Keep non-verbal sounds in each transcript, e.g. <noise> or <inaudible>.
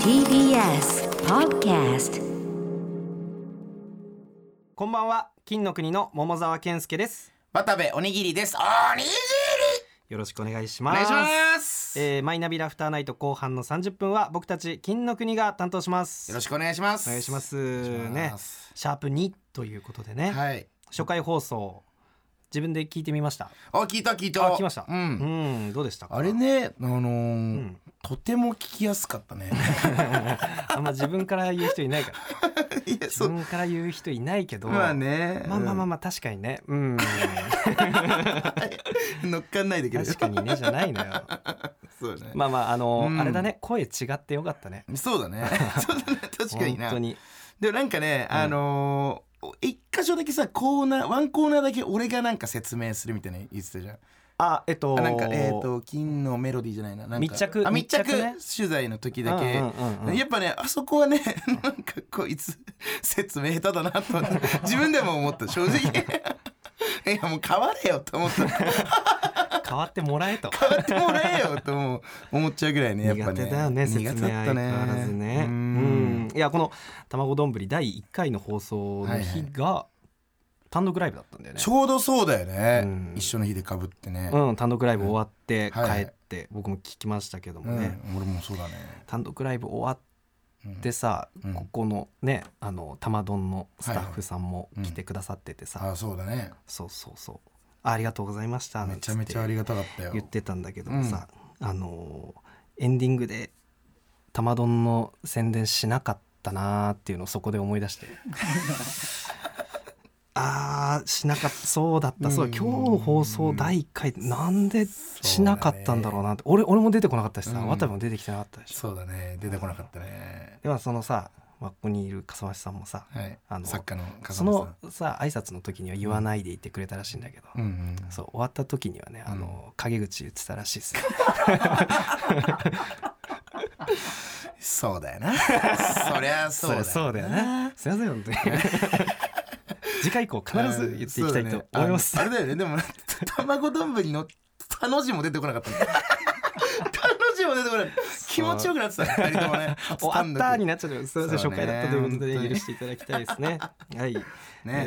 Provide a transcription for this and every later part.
TBS Podcast こんばんは金の国の桃沢健介です渡部おにぎりですおにぎりよろしくお願いしおます願いします、えーマイナビラフターナイト後半の30分は僕たち金の国が担当しますよろしくお願いしますお願いしますお願いしねますシャープ2ということでね、はい初回放送自分で聞いてみましたあ聞いた聞いたあ来ましたううんん、どうでしたかあれねあのーん <laughs> とても聞きやすかったねあんま自分から言う人い <laughs> ないから <laughs> いや自分から言う人いないけどまあねまあまあまああまあ確かにねうん <laughs> 乗っかんないでくれ確かにねじゃないのよそうだね、まあまああの、うんあれだね声違ってよかったねそうだね <laughs> そうだね確かにな本当にでもなんかね、あのー一箇所だけさコーナーワンコーナーだけ俺がなんか説明するみたいなの言ってたじゃんあえっとあなんかえっ、と金のメロディーじゃないななんか密着あ密着密着ね取材の時だけ、うんうんうんうんやっぱねあそこはね <laughs> なんかこいつ説明下手だなと思って <laughs> 自分でも思った正直 <laughs> いやもう変われよと思った変変わってもらえとわってもらえよと思う思っちゃうぐらいねやっぱ苦ね手だよね説明苦手だった相ね変わらずねううんんいやこの「卵丼ぶり」第1回の放送の日が単独ライブだったんだよねちょうどそうだよね、うん一緒の日でかぶってね、うん単独ライブ終わってはいはい帰って僕も聞きましたけどうもんね俺もそうだね単独ライブ終わってさうんここのねあの玉丼のスタッフさんもいはい来てくださっててさあそうだねそうそうそうありがとうございましたなめんちつゃっめちゃあてりがたかったよ言ってたんだけどもさあのーエンディングで玉丼の宣伝しなかったなーっていうのをそこで思い出 <laughs> してあーしなかったそうだったそうだ今日放送第1回なんでしなかったんだろうなって俺俺も出てこなかったしさうん渡部も出てきてなかったでしょそうだね出てこなかったねではそのさまあここにいる笠間さんもさはいあの作家のそ笠間さのんさ挨拶の時には言わないでいてくれたらしいんだけどうんうんそう終わった時にはね、あの陰口言ってたらしいですよ。そうだよな <laughs> そりゃそうだよそうだよね。すいません本当 <laughs> に。次回以降必ず言っていきたいと思います。あのあれだよねで <laughs> も卵丼の「たの字」も出てこなかったねたの字も出てこなかった気持ちよくなってたね二人とも <laughs> ね終わったにねなっちゃうすいませんそ紹うね介だったということ本当でに許していただきたいです <laughs> ね。はい。ね、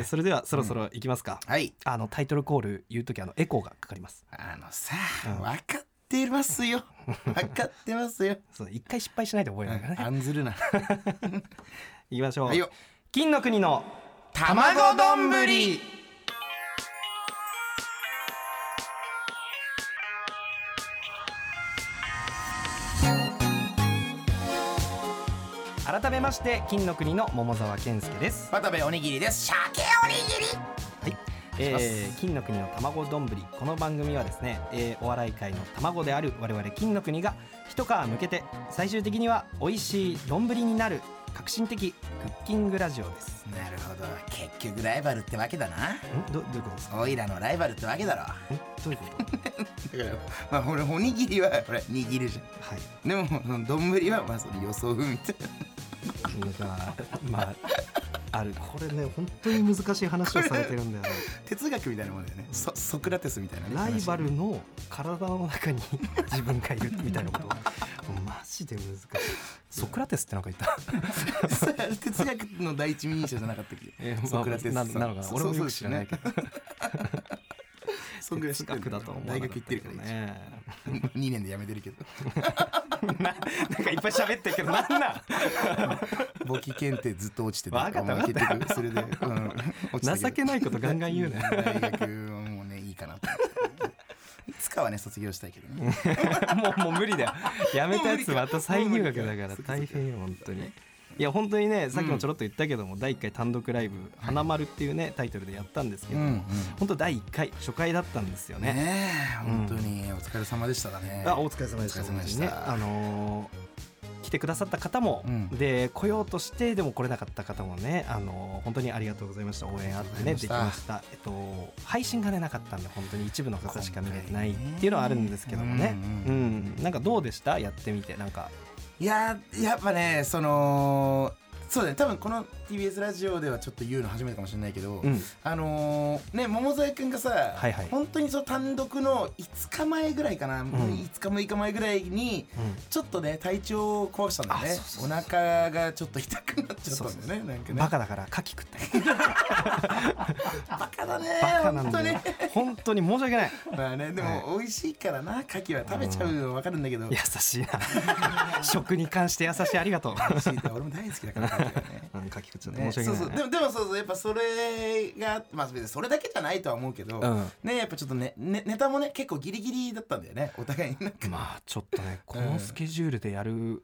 えーそれではそろそろ行きますか。はいあのタイトルコール言うときあのエコーがかかります。あのさ分かってますよ分かってますよそう一回失敗しないで覚えないからね。案ずる <laughs> な行きましょう。はいよ金の国の <laughs> 卵丼ぶり改めまして金の国の桃沢健介です。渡部おにぎりです鮭おにぎりはい、えー、金の国の卵丼ぶりこの番組はですね、えー、お笑い界の卵である我々金の国が一皮向けて最終的には美味しい丼ぶりになる革新的クッキングラジオですなるほど結局ライバルってわけだなんどどういうことですかおいらのライバルってわけだろんどういうことだからまあ俺おにぎりはほら握るじゃんはいでもその丼はまあそれ予想みたいなまあまああるこれね本当に難しい話をされてるんだ <laughs> よね哲学みたいなもんだよねソソクラテスみたいなねライバルの体の中 <laughs> に自分がいるみたいなことマジで難しい <laughs> ソクラテスってなんか言った話 <laughs> 哲学の第一人者じゃなかったっけ、えーまあソクラテスさんななのかな俺もよく知らないけどどそんぐらい知ってる哲学だとは思わ大なか学った行ってるからねね2年で辞めてるけど <laughs> <laughs> ななんかいっぱい喋ってるけどなん <laughs> なん簿記検定ずっと落ちてわかったお前結局それで、うん、落ち情たけどけないことガンガン言うね <laughs> 大学はもうねいいかなと思っていつかはね卒業したいけどねも <laughs> うもう無理だよやめたやつまた再入学だから大変よ本当にいや本当にねさっきもちょろっと言ったけども、第1回単独ライブ「花丸」っていうねタイトルでやったんですけうど、んうん本当第1回初回だったんですよねねえ本当にお疲れ様でしただね、あお疲れ様でしたお疲れ様でした本当にねあのー来てくださった方も、うんで来ようとしてでも来れなかった方もね、あのー本当にありがとうございました応援あってねあでりきがまとうございまししたえっと配信がねなかったんで本当に一部の方しか見れてないっていうのはあるんですけどもね今う回ねんなんかどうでしたやってみてなんかいややっぱねそのそうだね多分この TBS ラジオではちょっと言うの初めてかもしれないけど、うんあのーね桃沢君がさ、はいはい本当にその単独の5日前ぐらいかな、5日6日前ぐらいにちょっとね体調を壊したんだよねあそうそうそうお腹がちょっと痛くなっちゃったんだよねそうそうなんかうねん、バカだから牡蠣食 <laughs> ったよバカだねバカなん本当だによ本当に申し訳ないまあねでも美味しいからな牡蠣は食べちゃうの分かるんだけど優しい <laughs> な食に関して優しいありがとう美味しい俺も大好きだから牡蠣はねうん牡蠣食っちゃってね申しそう訳そうないでもでもそうそうやっぱそれがまあ別にそれだけじゃないとは思うけど、うんねやっぱちょっとねねネタもね結構ギリギリだったんだよねお互いになんかまあちょっとねこのスケジュールでやる、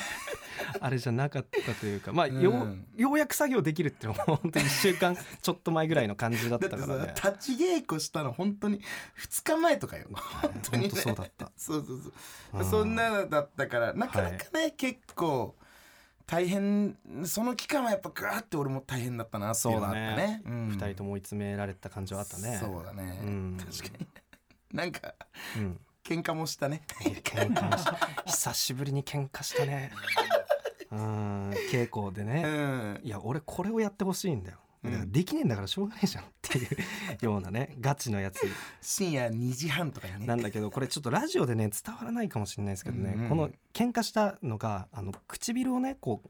<laughs> あれじゃなかったというかまあよ,、ううんようやく作業できるっていうのも本当に1週間ちょっと前ぐらいの感じだっだたってかさ、らね立ち稽古したの本当に2日前とかよ本当に、ね、本当そうだった <laughs> そうそうそう、うんそんなのだったからなかなかね、結構大変その期間はやっぱガーって俺も大変だったなっていうのがあったねそうだね二人とも追い詰められた感じはあったねそうだね、うん確かになんかうん喧嘩もしたねいや喧嘩もし久しぶりに喧嘩した <laughs> ねうん稽古でうねんいや俺これをやってほしいんだよだからできねえんだからしょうがねえじゃんっていうようなねガチのやつ深夜2時半とかにねなんだけどこれちょっとラジオでね伝わらないかもしれないですけどね、うんうんこの喧嘩したのがあの唇をねこう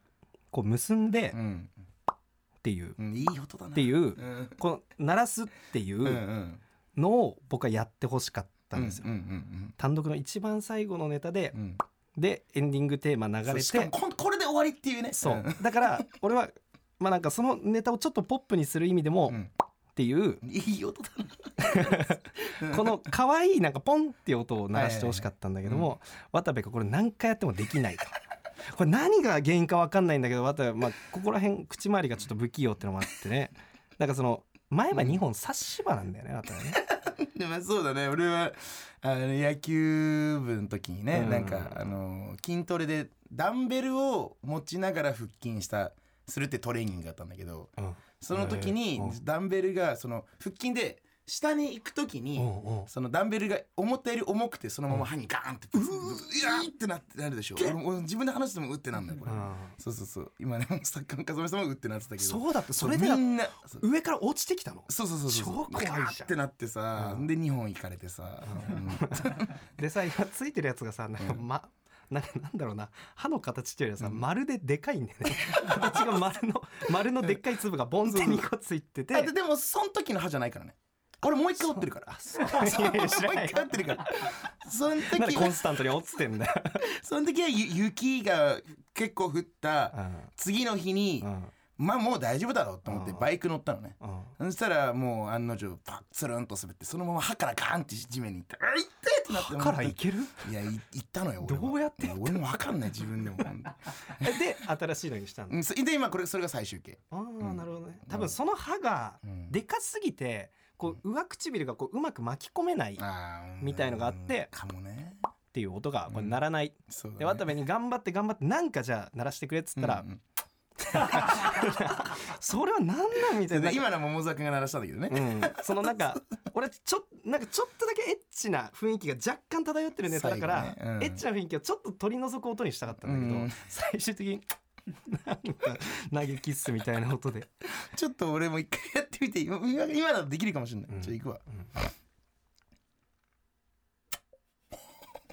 こう結んでうん、っていう、うんいい音だな、っていうううん、この鳴らすっていうんうんうのを僕はやってほしかったんですよ、うんうん単独の一番最後のネタでうんうんでエンディングテーマ流それうしかてもこんこれで終わりっていうねそうだから俺はまあなんかそのネタをちょっとポップにする意味でもうんうんっていういい音だなこの可愛いなんかポンっていう音を鳴らしてほしかったんだけども、渡部がこれ何回やってもできないと。これ何が原因か分かんないんだけど渡部、まあ、ここら辺口周りがちょっと不器用ってのもあってねなんかその前歯2本刺し歯なんだよね渡部ね。でもそうだね俺はあの野球部の時にね、うんなんかあの筋トレでダンベルを持ちながら腹筋したするってトレーニングだったんだけどうんその時にえーうんダンベルがその腹筋で下に行く時に、うんうんそのダンベルが思ったより重くてそのまま歯にガーンってブツブツいやーってなってなるでしょ俺も俺自分で話してもうってなんだよこれうんそうそうそう今ね作家の風間さんもうってなってたけどそうだってそれでみんなそう上から落ちてきたのそうそうそうそう超怖いじゃんガーってなってさうんで日本行かれてさでさ今ついてるやつがさなんか、まなんかなんだろうな歯の形っていうよりはさ、丸ででかいんだよね形が丸の丸のでっかい粒がボンって2個つい <laughs> ててあででもその時の歯じゃないからね俺もう一回折ってるから <laughs> そういやいや知もらうない一回折ってるから <laughs> そなのんで時コはンスタントに落ちてんだよ。その時はゆ雪が結構降った次の日にうんまあもう大丈夫だろうと思ってうんバイク乗ったのねうんそしたらもう案の定パッツルンと滑ってそのまま歯からガーンって地面に行って「あ痛い!」ってなって歯からいけるいやい行ったのよ俺はどうやって行い俺も分かんない自分でもで新しいのにしたんうだ。んそで今これそれが最終形ああんなるほどね。多分その歯がうんでかすぎてこう上唇がこううまく巻き込めないっあーうんみたいのがあってかもねていう音がこれ鳴らない。そうだねで渡部に頑張って頑張ってなんかじゃあ鳴らしてくれっつったらうんうんそれは何なんみたいなで。今の桃沢君が鳴らしたんだけどねうん、そのなんか俺ちょなんかちょっとだけエッチな雰囲気が若干漂ってるネタだから、最後ねうんエッチな雰囲気をちょっと取り除く音にしたかったんだけど、うん最終的に <laughs> なんか投げキッスみたいな音で、ちょっと俺も一回やってみて今今今だとできるかもしれない、うんちょっと行くわ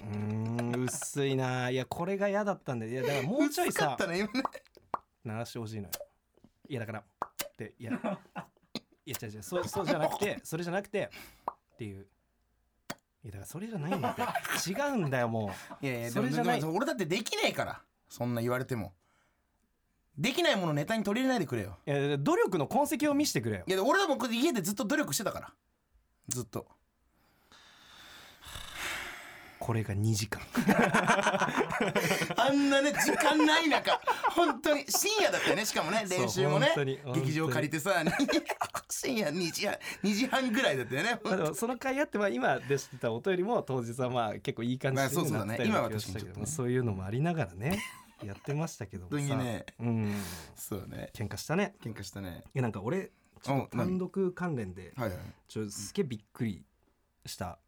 うーん薄いないやこれが嫌だったんでいやだからもうちょい薄かさったね今ね鳴らしてほしいのよいやだからっていやいや違う違うそうそうじゃなくてそれじゃなくてっていういやだからそれじゃないんだって違うんだよもう。いやいやそれじゃないでもでも俺だってできないからそんな言われてもできないものネタに取り入れないでくれよいや努力の痕跡を見せてくれよいや俺はもうこれ家でずっと努力してたからずっとこれが2時間あんなね時間ない中 <laughs> 本当に深夜だったよねしかもねそう練習もね本当に本当に劇場借りてさ <laughs> 深夜2時半2時半ぐらいだったよねまあでもその回あってまあ今出してた音よりも当日はまあ結構いい感じまあになそうそうだっねたりもした今は確かにけちょっどともねそういうのもありながらねやってましたけども本当さ、にねうんそうね喧嘩したね喧嘩したねいやなんか俺ちょっとお何単独関連ではいはいちょすげえびっくりした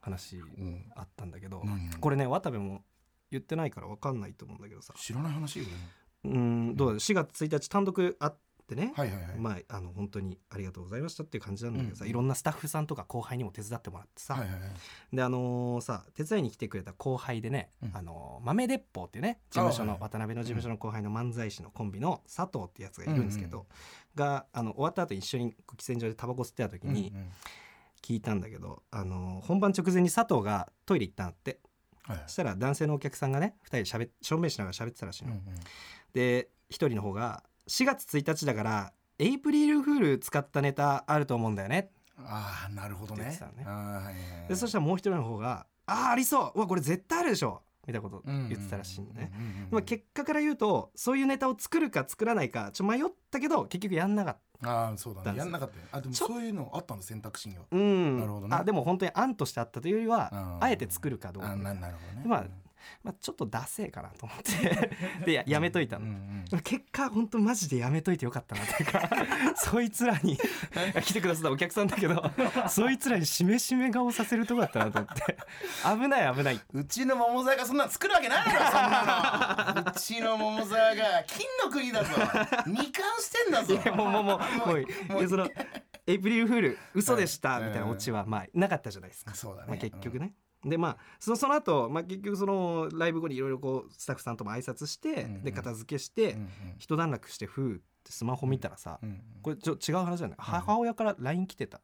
話うんあったんだけど何何これね渡部も言ってないから分かんないと思うんだけどさ知らない話ようんどうだろう4月1日単独あってね、はいはいはい、まあ、あの本当にありがとうございましたっていう感じなんだけどさ、うんいろんなスタッフさんとか後輩にも手伝ってもらってさ、はいはいはいであのーさ手伝いに来てくれた後輩でね、うんあのー豆鉄砲っていうね事務所あのはい渡辺の事務所の後輩の漫才師のコンビの佐藤ってやつがいるんですけど、うんがあの終わった後一緒に喫煙所でタバコ吸ってた時にうんうん聞いたんだけど、あのー本番直前に佐藤がトイレ行ったんだってはいはいそしたら男性のお客さんがね2人でしゃべ正面しながら喋ってたらしいうんの。うんで1人の方が「4月1日だからエイプリルフール使ったネタあると思うんだよね」ああなるほどって言っねてたのねあーはいはいはいでそしたらもう一人の方が「ああありそううわこれ絶対あるでしょ」みたいなこと言ってたらしいのね。うんうんうんうんまあ、結果から言うとそういうネタを作るか作らないかちょっと迷ったけど結局やんなかっああそうだねダやンスんなかったよあでもちょそういうのあったの選択肢にはた、うんなるほどねあでも本当に案としてあったというよりはああーえて作るかどうあか、ーなまなるほどねまああ、ちょっとダセえかなと思って <laughs> でややめといたの。うんうんまあ結果本当マジでやめといてよかったなという <laughs> かそいつらに <laughs> 来てくださったお客さんだけどそいつらにしめしめ顔させるとこだったなと思って危ない危ないうちの桃沢がそんなの作るわけないだろそん <laughs> なのうちの桃沢が金の国だぞ二冠してんだぞいやもうもうもうもういもうやそのエイプリルフール嘘でしたうんみたいなオチはまあなかったじゃないですか、そうだね、まあ、結局ね、でまあそのその後、まあ結局そのライブ後にいろいろこうスタッフさんとも挨拶して、うんうんで片付けしうて、ん、うん一段落して「ふう」ってスマホ見たらさ、うんうんこれちょ違う話じゃない、母親から LINE 来てた。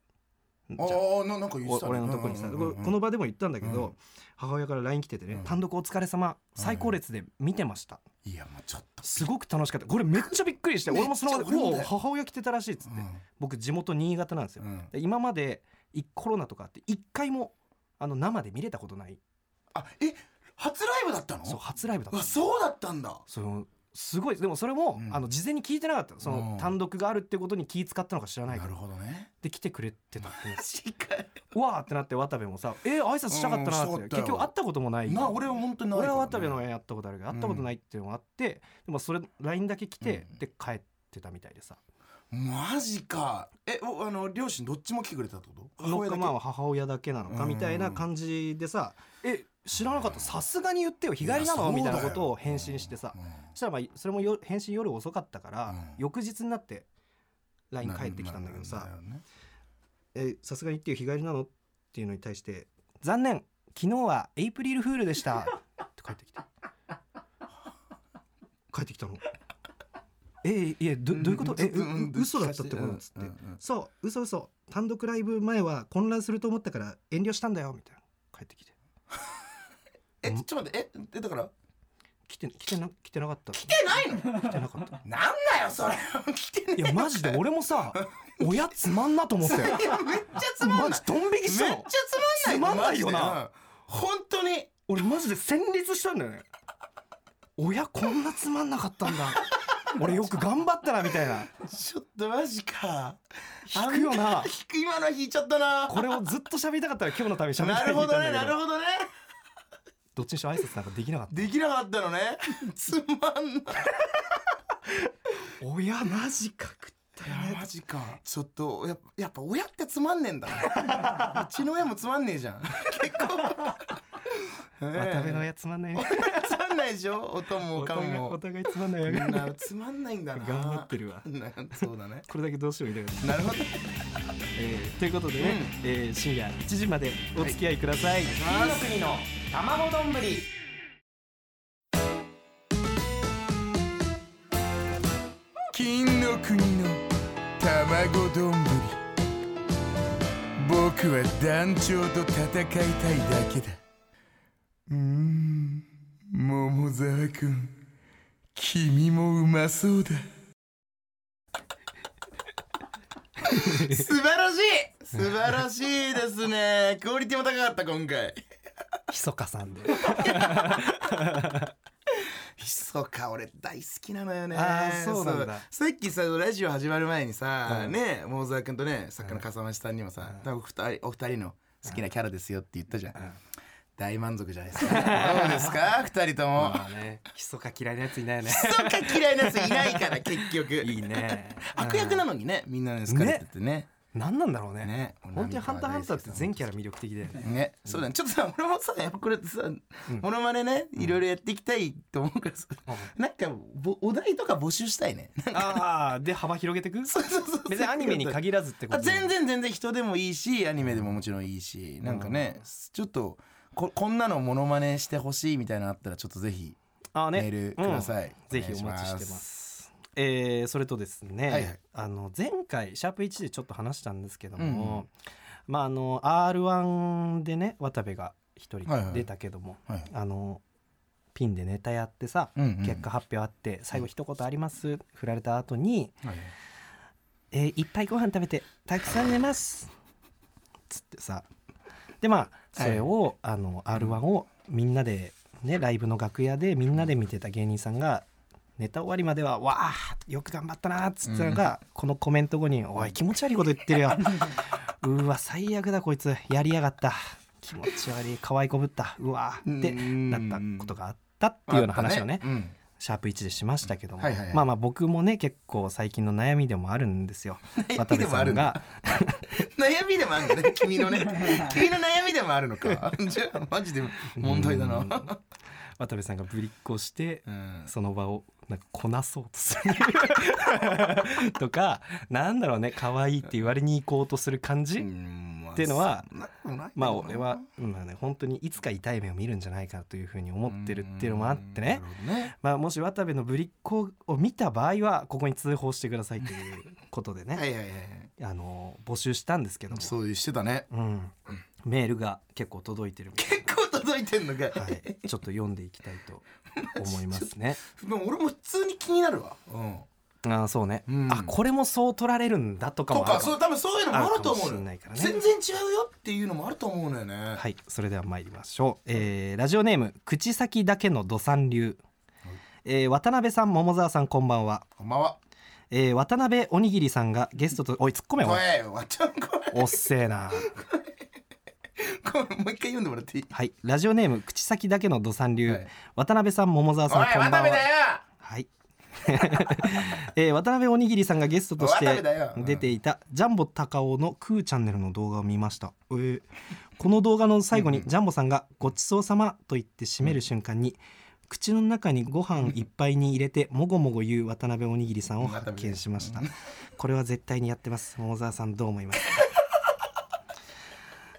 あじゃあーななんか言っておたね俺のとこにさ、うんうんうんここの場でも言ったんだけど、うん母親から LINE 来ててね、うん単独お疲れ様最高列で見てました、いやもうちょっとすごく楽しかったこれめっちゃびっくりしてめっち俺ゃもその場で「俺もだおよお母親来てたらしい」っつって、僕地元新潟なんですよ、うんうんで今までいコロナとかあって一回もあの生で見れたことないあえ初ライブだったのそう初ライブだったうわそうだったんだそのすごいでもそれも、うんあの事前に聞いてなかったそうのん単独があるってことに気使ったのか知らないなけるどほどねで来てくれてたって <laughs> マジかようわーってなって渡部もさ「えー、挨拶したかったな」って、うんしたかったよ結局会ったこともないな俺は本当にない俺からはね渡部のやったことあるけど会ったことないっていうのがあって、でもそれ LINE だけ来て、うんで帰ってたみたいでさマジかえおあの両親どっちも来てくれたってこと母ロッ親クだけマンは母親だけなのかみたいな感じでさ「え知らなかったさすがに言ってよ日帰りなの?」みたいなことを返信してさうんそしたらまあそれもよ返信夜遅かったから、うん翌日になって LINE 返ってきたんだけどなさるんだよね「えさすがに言ってよ日帰りなの?」っていうのに対して「残念昨日はエイプリルフールで <laughs> した」って帰ってきて帰ってきたの。えいやどどういうこと、えうう嘘だったってことっつって、うんうんそう嘘嘘単独ライブ前は混乱すると思ったから遠慮したんだよみたいな帰ってきてえちょっと待ってええだから来て来てな来てなかった来来てないのてなかったなんだよそれ来てねいやマジで俺も <laughs> さ親つまんなと思ってえいやめっちゃつまんないマジドン引めきっしちゃたつのまんないつまんないよなマジでうん本当に俺マジで戦慄したんだよね親こんなつまんなかったんだ俺よく頑張ったなみたいなちょっとマジか引くよなあん引く今のは引いちゃったなこれをずっと喋りたかったら今日のために喋りたいなるほどねなるどほどねどっちにしろ挨拶なんかできなかったできなかったのねつまんない親マジかくったよいやねマジかちょっとやっぱやっぱ親ってつまんねえんだね <laughs> うちの親もつまんねえじゃん <laughs> 結構渡辺のね親つまんないねえつまんないでしょ音もおおか互んいもお互いつまんないみ親んがなつまんないんだな頑張ってるわ <laughs> なそうだねこれだけどうしようみたいな、なるほどえーということでね、えー深夜1時までお付き合いください、国の卵丼ぶり金の国の卵丼ぶり僕は団長と戦いたいだけだうーん桃沢君君もうまそうだ素晴らしい素晴らしいですねクオリティも高かった今回ひそかさんでひそか俺大好きなのよねあーそうなんだそうさっきさラジオ始まる前にさ、うんね桃沢君とね作家の笠間さんにもさ、多分二人お二人の好きなキャラですよって言ったじゃん、大満足じゃな <laughs> いですかどうですか二人ともまあねひそか嫌いなやついないよねひそか嫌いなやついないから結 <laughs> 局いいね悪役なのにねみんなの好かれててね何なんだろうねね本当に「ハンターハンター」って全キャラ魅力的でね、そうだね。ちょっとさ、俺もさ、やっぱこれさ、モノマネね、いろいろやっていきたいと思うからさ、なんかぼ、お題とか募集したいね。ああで幅広げてくそうそうそう。別にアニメに限らずってこあと全然全然人でもいいし、アニメでももちろんいいし、なんかね、ちょっと、ここんなのモノマネしてほしいみたいなのあったら、ちょっとぜひ、あーメねールください。ぜひお待ちしてま。す。えーそれとですね、はいはいあの前回シャープ1でちょっと話したんですけども、まああの R1 でね渡部が一人はいはい出たけども、はい。あのピンでネタやってさ、うんうん結果発表あって最後一言あります、振られた後に、はいえーいっぱいご飯食べてたくさん寝ます」つってさでまあそれを、あの r 1をみんなでねライブの楽屋でみんなで見てた芸人さんがネタ終わりまでは「わあよく頑張ったな」っつったのが、このコメント後に「おい気持ち悪いこと言ってる <laughs> よ」「うわ最悪だこいつやりやがった気持ち悪い可愛いこぶったうわ」ってうんなったことがあったっていうような話をねうんシャープ1でしましたけども、はいはいはいまあまあ僕もね結構最近の悩みでもあるん <laughs> ですよ悩渡部みでもさあるんんだが悩みでもあるんだ <laughs> ね、君のね。君の悩みでもあるのか。じゃあ、マジで問題だな。渡部さんがぶりっこして、うんその場をなんかこなそうとす <laughs> るとかなんだろうね可愛いって言われに行こうとする感じ、っっていうのはままああ俺は、まあね、本当にいつか痛い目を見るんじゃないかというふうに思ってるっていうのもあってね、うんなるほどねまあ、もし渡部のぶりっ子を見た場合はここに通報してくださいということでね、はいはいはいあの募集したんですけどもそういうしてたねうん、メールが結構届いてるみたい結構届いてんのか、な、はい、ちょっと読んでいきたいと思いますね。でも俺も普通に気になるわ、うんあーそうね、うんあこれもそう取られるんだとかともあかるかそもう多分そういうのもあると思あるかもしうれの、ないからね全然違うよっていうのもあると思うのよね、はいそれでは参りましょう、えーラジオネーム口先だけの土産流、えー渡辺さん桃沢さんこんばんは、こんばんはえー渡辺おにぎりさんがゲストとおい突っ込めよおい怖いよわっちゃん怖いおっせえな怖いもう一回読んでもらっていいはいラジオネーム口先だけの土産流、はい渡辺さん桃沢おいさんこんばんは渡部だよはい。 <laughs> えー渡辺おにぎりさんがゲストとし渡部てだようん出ていたジャンボ高尾のクーチャンネルの動画を見ました、えーこの動画の最後にジャンボさんが「ごちそうさま」と言って締める瞬間に口の中にご飯いっぱいに入れてもごもご言う渡辺おにぎりさんを発見しましたこれは絶対にやってます桃沢さんどう思います <laughs>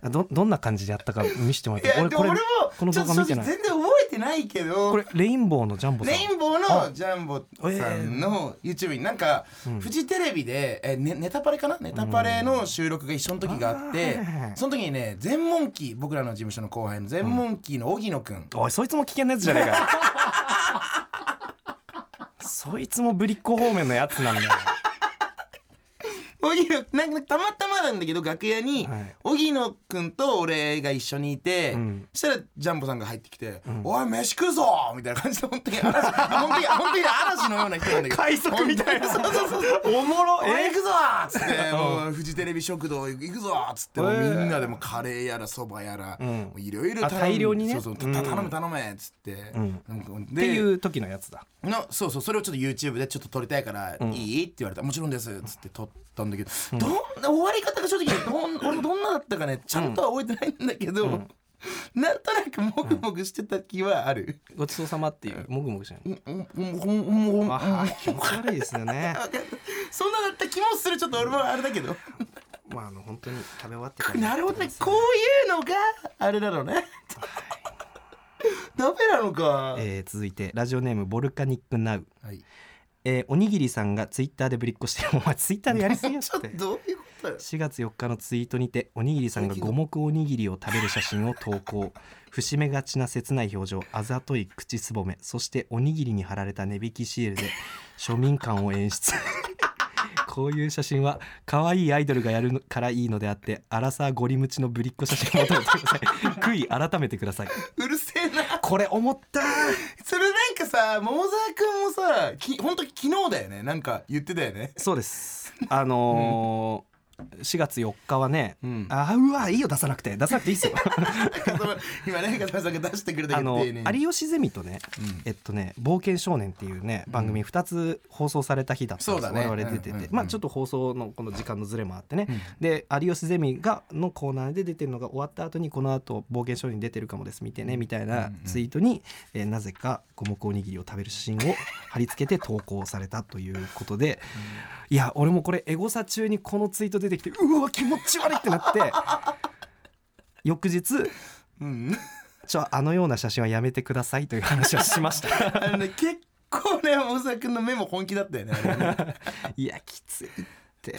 あどどんな感じでやったか見せてもらいってやでも俺もこのちょ動画っと見て正直ない全然覚えてないけどこれレインボーのジャンボさんレインボーのジャンボさんの YouTube になんかフジテレビで、えね、ネタパレかなネタパレの収録が一緒の時があって、うんその時にね全問キー僕らの事務所の後輩の全問キーの荻野くん、おいそいつも危険なやつじゃねえかよそいつもぶりっ子方面のやつなんだよ荻野なんかたまたまなんだけど楽屋にはい荻野くんと俺が一緒にいて、んそしたらジャンボさんが入ってきて「おい飯食うぞ!」みたいな感じで本当に嵐本当に本当に嵐のような人なんだけど海賊みたいな本当にそうそうそうおもろ俺え行くぞーっつってもうフジテレビ食堂行くぞーっつってもうみんなでもうカレーやらそばやらんもういろいろあ大量にねそうそうたうん頼む頼めっつってんなんかでっていう時のやつだのそうそうそれをちょっと YouTube でちょっと撮りたいからいいって言われたもちろんですっつって撮ったんだけどどんな終わり方が正直 <laughs> どん俺もどんなだったかねちゃんとは覚えてないんだけどなんとなくもぐもぐしてた気はある。ごちそうさまっていうもぐもぐしないうんうんうんうんうんあー気持ち悪いですよね <laughs> そんなだった気もするちょっと俺もあれだけど。まああの本当に食べ終わってから <laughs> なるほどね。こういうのがあれなの <laughs> ね。ダメなのか。えー続いてラジオネームボルカニックナウはい。えーおにぎりさんがツイッターでぶりっこしてるお前ツイッターでやりすぎや <laughs> ちょっってとどういうことだよ。 4月4日のツイートにておにぎりさんが五目おにぎりを食べる写真を投稿節目がちな切ない表情あざとい口すぼめそしておにぎりに貼られた値引きシールで庶民感を演出 <laughs> こういう写真は可愛いアイドルがやるのからいいのであってアラサーゴリムチのぶりっ子写真を撮ってください悔い改めてくださいうるせえな。これ思ったそれなんかさ、桃沢くんもさ、き本当昨日だよね。なんか言ってたよね。そうですあのー4月4日はね、うんあうわいいよ出さなくて出さなくていいっすよ今ね片山さんが出してくれたあけどの丁寧に有吉ゼミとね、うんえっとね「冒険少年」っていうね番組2つ放送された日だったんですそうだね我々出てて、うんうんうんまあちょっと放送のこの時間のズレもあってね、うんで有吉ゼミがのコーナーで出てるのが終わった後にこの後冒険少年出てるかもです見てねみたいなツイートに、えーなぜか五目おにぎりを食べる写真を貼り付けて投稿されたということで、いや俺もこれエゴサ中にこのツイート出てきてうわ気持ち悪いってなって <laughs> 翌日うんちょあのような写真はやめてくださいという話はしましたあのね結構ね大沢君の目も本気だったよねあれねいやきついって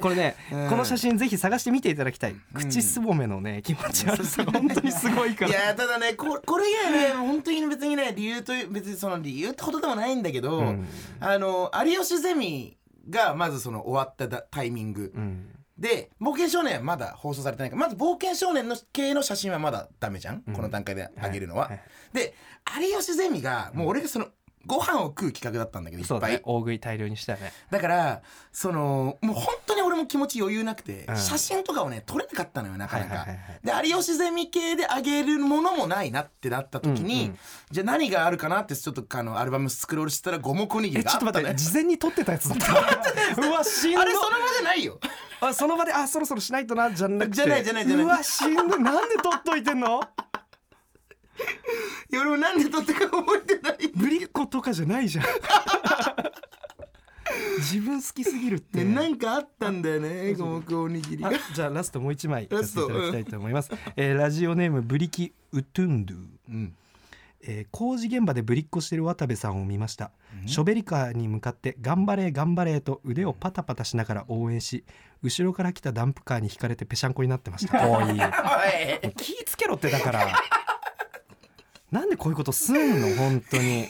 これね、うんこの写真ぜひ探してみていただきたい口すぼめのね気持ち悪さが本当にすごいかいらやただねここれ以外ね本当に別にね理由という別にその理由ってことでもないんだけど、うんあの有吉ゼミがまずその終わっただタイミング、うんで「冒険少年」はまだ放送されてないからまず「冒険少年」の系の写真はまだダメじゃん、この段階で上げるのは。はいはいで有吉ゼミがもう俺がそのご飯を食う企画だったんだけどいそっうだぱいね大食い大量にしたよねだからそのもう本当に俺も気持ち余裕なくて、うん写真とかをね撮れなかったのよなかなはか、いはいはいで有吉ゼミ系であげるものもないなってなった時に、うんうんじゃあ何があるかなってちょっとあのアルバムスクロールしてたら五目おにぎえりちがょあっったとね待って事前に撮ってたやつだ <laughs> ったうわしんどあれその場じゃないよ <laughs> あその場であそろそろしないとなじゃなくてじゃないじゃないじゃないうわしんどいなんで撮っといてんのいや俺もなんで撮ったか覚えてないぶりっ子とかじゃない <laughs> じゃん自分好きすぎるってでなんかあったんだよね五目おにぎりあがじゃあラストもう一枚やっていただきたいと思います、えーラジオネームブリキウトゥンドゥ、んえー工事現場でぶりっこしてる渡部さんを見ました、ショベリカーに向かって「頑張れ頑張れ」と腕をパタパタしながら応援し後ろから来たダンプカーに引かれてぺしゃんこになってましたおいおい気ぃつけろってだからなんでこういうことすんの本当に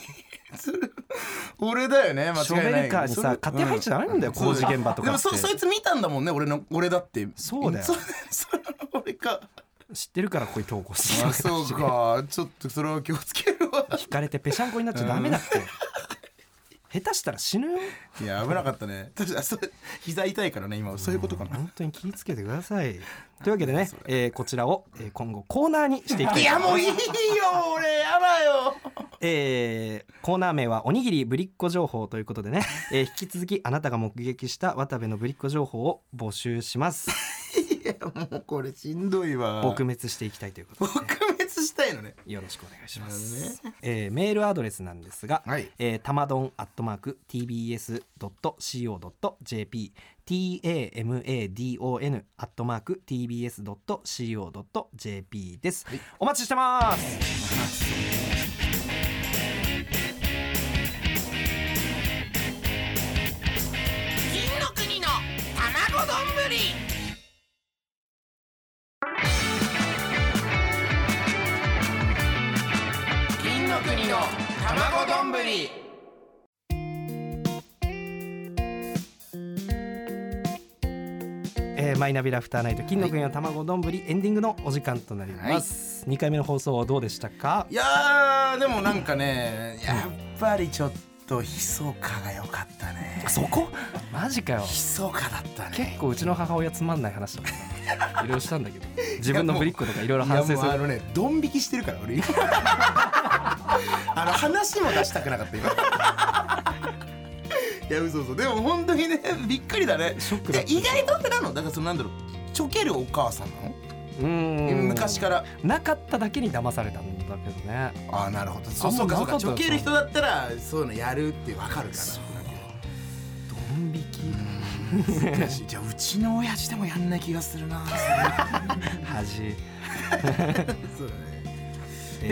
俺だよね間違いないショベリカーにさ勝手に入っちゃダメなんだよそう工事現場とかってでもそそいつ見たんだもんね俺の俺だってそうだよそそれ俺か知ってるから <laughs> こういう投稿してあそうか <laughs> ちょっとそれは気をつけるわ引かれてぺしゃんこになっちゃダメだって、下手したら死ぬよいや危なかったね確かにそれ膝痛いからね今そういうことかな本当に気をつけてくださいというわけでね、えーこちらを、えー今後コーナーにしていきたいいと思いまやすもういいよ俺やだよえーコーナー名はおにぎりぶりっ子情報ということでね、えー引き続きあなたが目撃した渡部のぶりっ子情報を募集しますもうこれしんどいわ撲滅していきたいということで、撲滅したいのねよろしくお願いします、えーメールアドレスなんですが、はいえー、たまどんアットマーク tbs.co.jp tamadon アットマーク tbs.co.jp です、お待ちしてます金の国の卵丼ぶり金の国の卵丼ぶりえーマイナビラフターナイト金の国の卵丼ぶりエンディングのお時間となります、二回目の放送はどうでしたかいやーでもなんかねやっぱりちょっとひそかが良かったねそこマジかよひそかだったね結構うちの母親つまんない話とかいろいろしたんだけど <laughs> 自分のぶりっ子とかいろいろいや反省もうすあるのねドン引きしてるから俺今あの話も出したくなかった今いや嘘嘘でも本当にねびっくりだねショックだったいや意外とってなのだからそのなんだろうちょけるお母さんなうーのん昔からなかっただけに騙されたんだけどねああなるほどそうあんまそうかそなうかかったちょける人だったらそういうのやるってわかるからドン引き難 <laughs> しいじゃあうちの親父でもやんない気がするな恥そうだねえ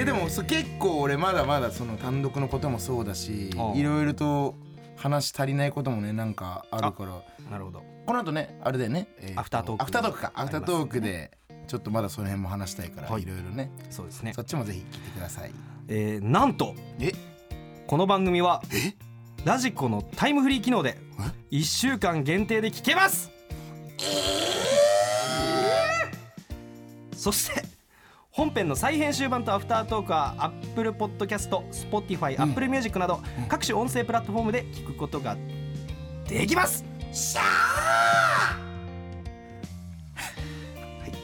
えでもそう結構俺まだまだその単独のこともそうだしああいろいろと話足りないこともねなんかあるからなるほどこの後ねあれだよね、えとアフタートークアフタートークかありまアフすねタートークでちょっとまだその辺も話したいから、はいいろいろねそうですねそっちもぜひ聞いてくださいえーなんとえこの番組はラジコのタイムフリー機能で1週間限定で聞けますそして本編の再編集版とアフタートークは Apple Podcast、Spotify、Apple Music など各種音声プラットフォームで聞くことができます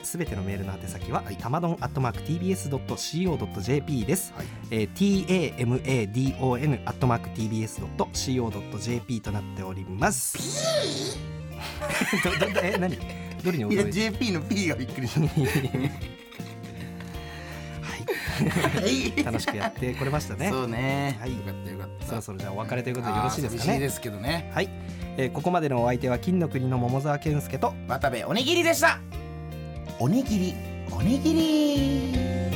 すべてのメールの宛先は、たまどんアットマーク tbs.co.jp です、はいえー、tamadon アットマーク tbs.co.jp となっております。どどどえ何どれにいや驚いて JP の P がびっくりした。は <laughs> い楽しくやってこれましたね。そうね。はいよかったよかった。そろそろじゃあお別れということでよろしいですかあー寂しね。いですけどね。はい、えー、ここまでのお相手は金の国の桃沢健介と渡部おにぎりでした。おにぎりおにぎり。